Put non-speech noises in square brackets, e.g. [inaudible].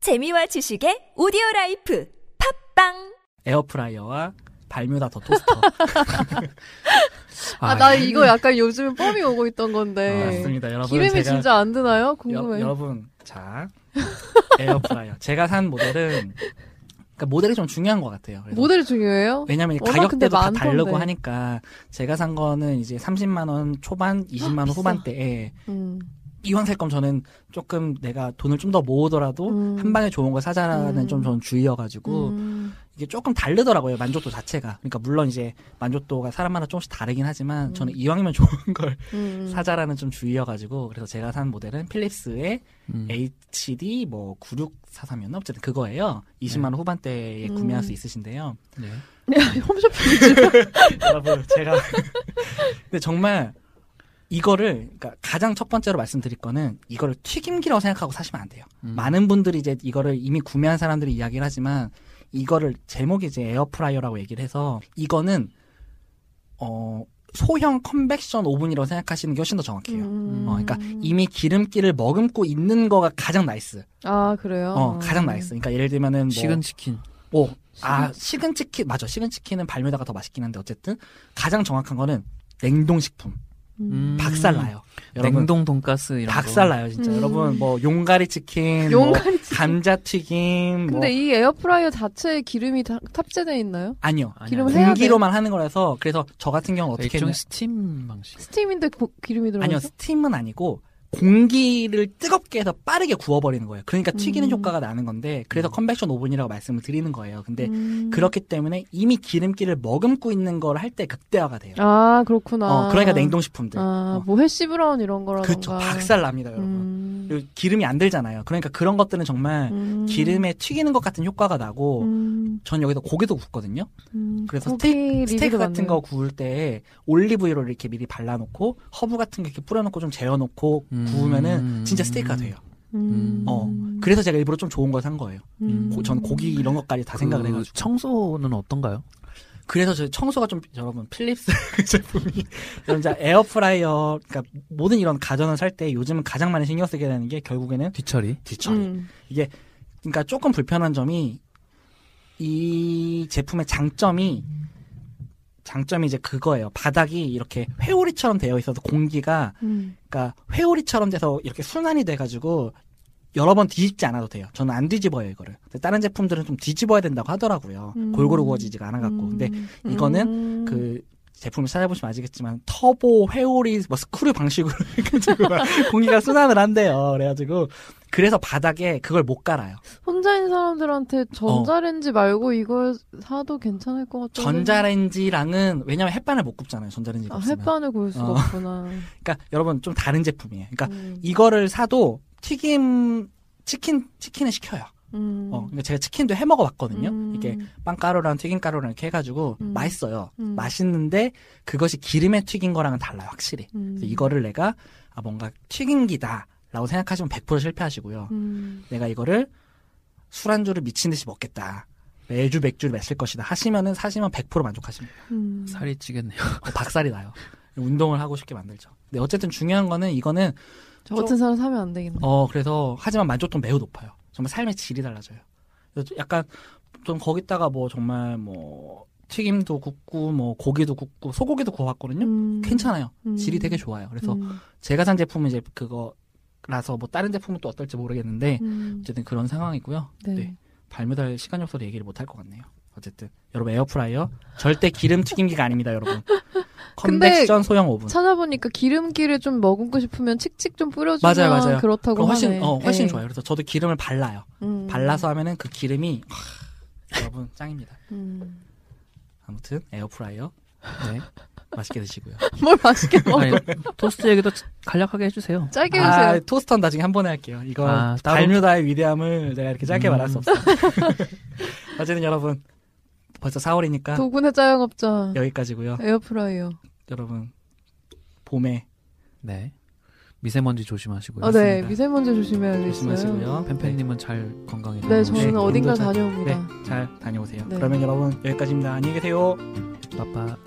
재미와 지식의 오디오 라이프 팝빵 에어프라이어와 발뮤다더 토스터. [laughs] 아, 나 이거 약간 요즘 뻔히 오고 있던 건데. 예. 아, 맞습니다, 여러분. 제가 기름이 진짜 안 드나요? 여, 궁금해. 여러분 자 에어프라이어. 제가 산 모델은 그러니까 모델이 좀 중요한 것 같아요. 그래서 모델이 중요해요? 왜냐면 이 워낙 근데 가격대도 다 많던데. 다르고 하니까 제가 산 거는 이제 30만 원 초반, 20만 원 아, 비싸. 후반대에 음. 이왕 살 거면 저는 조금 내가 돈을 좀 더 모으더라도 음. 한 방에 좋은 걸 사자라는 음. 좀 저는 주의여가지고 음. 이게 조금 다르더라고요 만족도 자체가 그러니까 물론 이제 만족도가 사람마다 조금씩 다르긴 하지만 저는 이왕이면 좋은 [laughs] 걸 음. 사자라는 좀 주의여가지고 그래서 제가 산 모델은 필립스의 음. HD 뭐 9643이었나 어쨌든 그거예요 20만 원 후반대에 음. 구매할 수 있으신데요 네. [laughs] 홈쇼핑이지. 여러분 제가 [laughs] 근데 정말 이거를 그러니까 가장 첫 번째로 말씀드릴 거는 이거를 튀김기라고 생각하고 사시면 안 돼요. 음. 많은 분들이 이제 이거를 이미 구매한 사람들이 이야기를 하지만 이거를 제목이 이제 에어프라이어라고 얘기를 해서 이거는 어 소형 컨벡션 오븐이라고 생각하시는 게 훨씬 더 정확해요. 음. 어, 그러니까 이미 기름기를 머금고 있는 거가 가장 나이스. 아 그래요. 어, 가장 나이스. 그러니까 예를 들면은 뭐 식은 치킨. 오, 아, 식은 치킨, 맞아. 식은 치킨은 발매다가 더 맛있긴 한데, 어쨌든, 가장 정확한 거는 냉동식품. 음. 박살나요. 여러분. 냉동 돈가스 이런 거. 박살나요, 진짜. 음. 여러분, 뭐, 용가리 치킨, 뭐, 용가리 치킨. 감자튀김, 뭐. 근데 이 에어프라이어 자체에 기름이 다, 탑재돼 있나요? 아니요. 아니, 기름을 아니. 해야 공기로만 하는 거라서, 그래서 저 같은 경우는 어떻게 일종의 했냐. 스팀 방식. 스팀인데 고- 기름이 들어가 아니요, 있어? 스팀은 아니고, 공기를 뜨겁게 해서 빠르게 구워버리는 거예요. 그러니까 튀기는 음. 효과가 나는 건데, 그래서 음. 컨벡션 오븐이라고 말씀을 드리는 거예요. 근데, 음. 네. 그렇기 때문에 이미 기름기를 머금고 있는 걸 할 때 극대화가 돼요. 아 그렇구나. 어, 그러니까 냉동식품들. 아, 어. 뭐 해시 브라운 이런 거라던가. 그렇죠. 박살 납니다, 여러분. 음. 그리고 기름이 안 들잖아요. 그러니까 그런 것들은 정말 음. 기름에 튀기는 것 같은 효과가 나고, 음. 전 여기서 고기도 굽거든요. 음. 그래서 고기 리뷰도 스테이크 같은 많네요. 거 구울 때 올리브유를 이렇게 미리 발라놓고 허브 같은 거 이렇게 뿌려놓고 좀 재워놓고 음. 구우면은 진짜 스테이크가 돼요. 음. 어. 그래서 제가 일부러 좀 좋은 걸 산 거예요. 음. 고, 전 고기 이런 것까지 다 생각을 그 해가지고. 청소는 어떤가요? 그래서 저 청소가 좀 여러분 필립스 [laughs] 그 제품이 여러분 이제 에어프라이어 그러니까 모든 이런 가전을 살 때 요즘은 가장 많이 신경 쓰게 되는 게 결국에는 뒤처리. 뒤처리. 음. 그러니까 조금 불편한 점이 이 제품의 장점이 장점이 이제 그거예요. 바닥이 이렇게 회오리처럼 되어 있어서 공기가 음. 그러니까 회오리처럼 돼서 이렇게 순환이 돼가지고 여러 번 뒤집지 않아도 돼요. 저는 안 뒤집어요 이거를. 근데 다른 제품들은 좀 뒤집어야 된다고 하더라고요. 음. 골고루 구워지지가 않아갖고. 근데 음. 이거는 그 제품을 찾아보시면 아시겠지만 터보 회오리 뭐 스크류 방식으로 [laughs] 해가지고 막 공기가 순환을 한대요. 그래가지고 그래서 바닥에 그걸 못 깔아요. 혼자인 사람들한테 어. 전자레인지 말고 이걸 사도 괜찮을 것 같아요. 전자레인지랑은 왜냐면 햇반을 못 굽잖아요. 전자레인지가 아, 없으면. 햇반을 구울 수가 어. [laughs] 없구나. 그러니까 여러분 좀 다른 제품이에요. 그러니까 음. 이거를 사도 튀김 치킨 치킨을 시켜요. 음. 어, 그러니까 제가 치킨도 해 먹어봤거든요. 음. 이게 빵가루랑 튀김가루랑 이렇게 해가지고 음. 맛있어요. 음. 맛있는데 그것이 기름에 튀긴 거랑은 달라요, 확실히. 음. 그래서 이거를 내가 아, 뭔가 튀김기다라고 생각하시면 100% 실패하시고요. 음. 내가 이거를 술안주를 미친 듯이 먹겠다. 매주 맥주를 마실 것이다. 하시면은 사시면 100% 만족하십니다. 음. 살이 찌겠네요. 어, 박살이 나요. 운동을 하고 싶게 만들죠. 근데 어쨌든 중요한 거는 이거는 저 같은 사람 사면 안 되겠네. 어 그래서 하지만 만족도 매우 높아요. 정말 삶의 질이 달라져요. 그래서 좀 약간 좀 거기다가 뭐 정말 뭐 튀김도 굽고 뭐 고기도 굽고 소고기도 구워봤거든요. 음. 괜찮아요. 음. 질이 되게 좋아요. 그래서 음. 제가 산 제품은 이제 그거라서 뭐 다른 제품은 또 어떨지 모르겠는데 음. 어쨌든 그런 상황이고요. 네. 네. 발매달 시간이 없어서 얘기를 못 할 것 같네요. 어쨌든 여러분 에어프라이어 절대 기름 튀김기가 아닙니다, [laughs] 여러분. 근데 컨벡션 소형 오븐. 찾아보니까 기름기를 좀 머금고 싶으면 칙칙 좀 뿌려주면 맞아요, 맞아요. 그렇다고 그럼 훨씬 하네. 어 훨씬 예. 좋아요. 그래서 저도 기름을 발라요. 음. 발라서 하면은 그 기름이 하, 여러분 짱입니다. 음. [laughs] 아무튼 에어프라이어 네. 맛있게 드시고요. 뭘 맛있게 먹어? 아니, 토스트 얘기도 간략하게 해주세요. 짜게 해주세요. 아 토스터는 나중에 한 번에 할게요. 이거 아, 따로? 발뮤다의 위대함을 내가 이렇게 짧게 음. 말할 수 [laughs] 없어요. 어쨌든 여러분 벌써 4월이니까 도군의 네. 짜영업자 여기까지고요. 에어프라이어. 여러분 봄에 네. 미세먼지 조심하시고요. 아, 네 맞습니다. 미세먼지 조심해야겠어요. 조심하시고요. 팬팬님은 잘 건강히 네 다녀오시고. 저는 네, 어딘가 운동 잘- 다녀옵니다. 네, 잘 다녀오세요. 네. 그러면 여러분 여기까지입니다. 안녕히 계세요. 빠빠.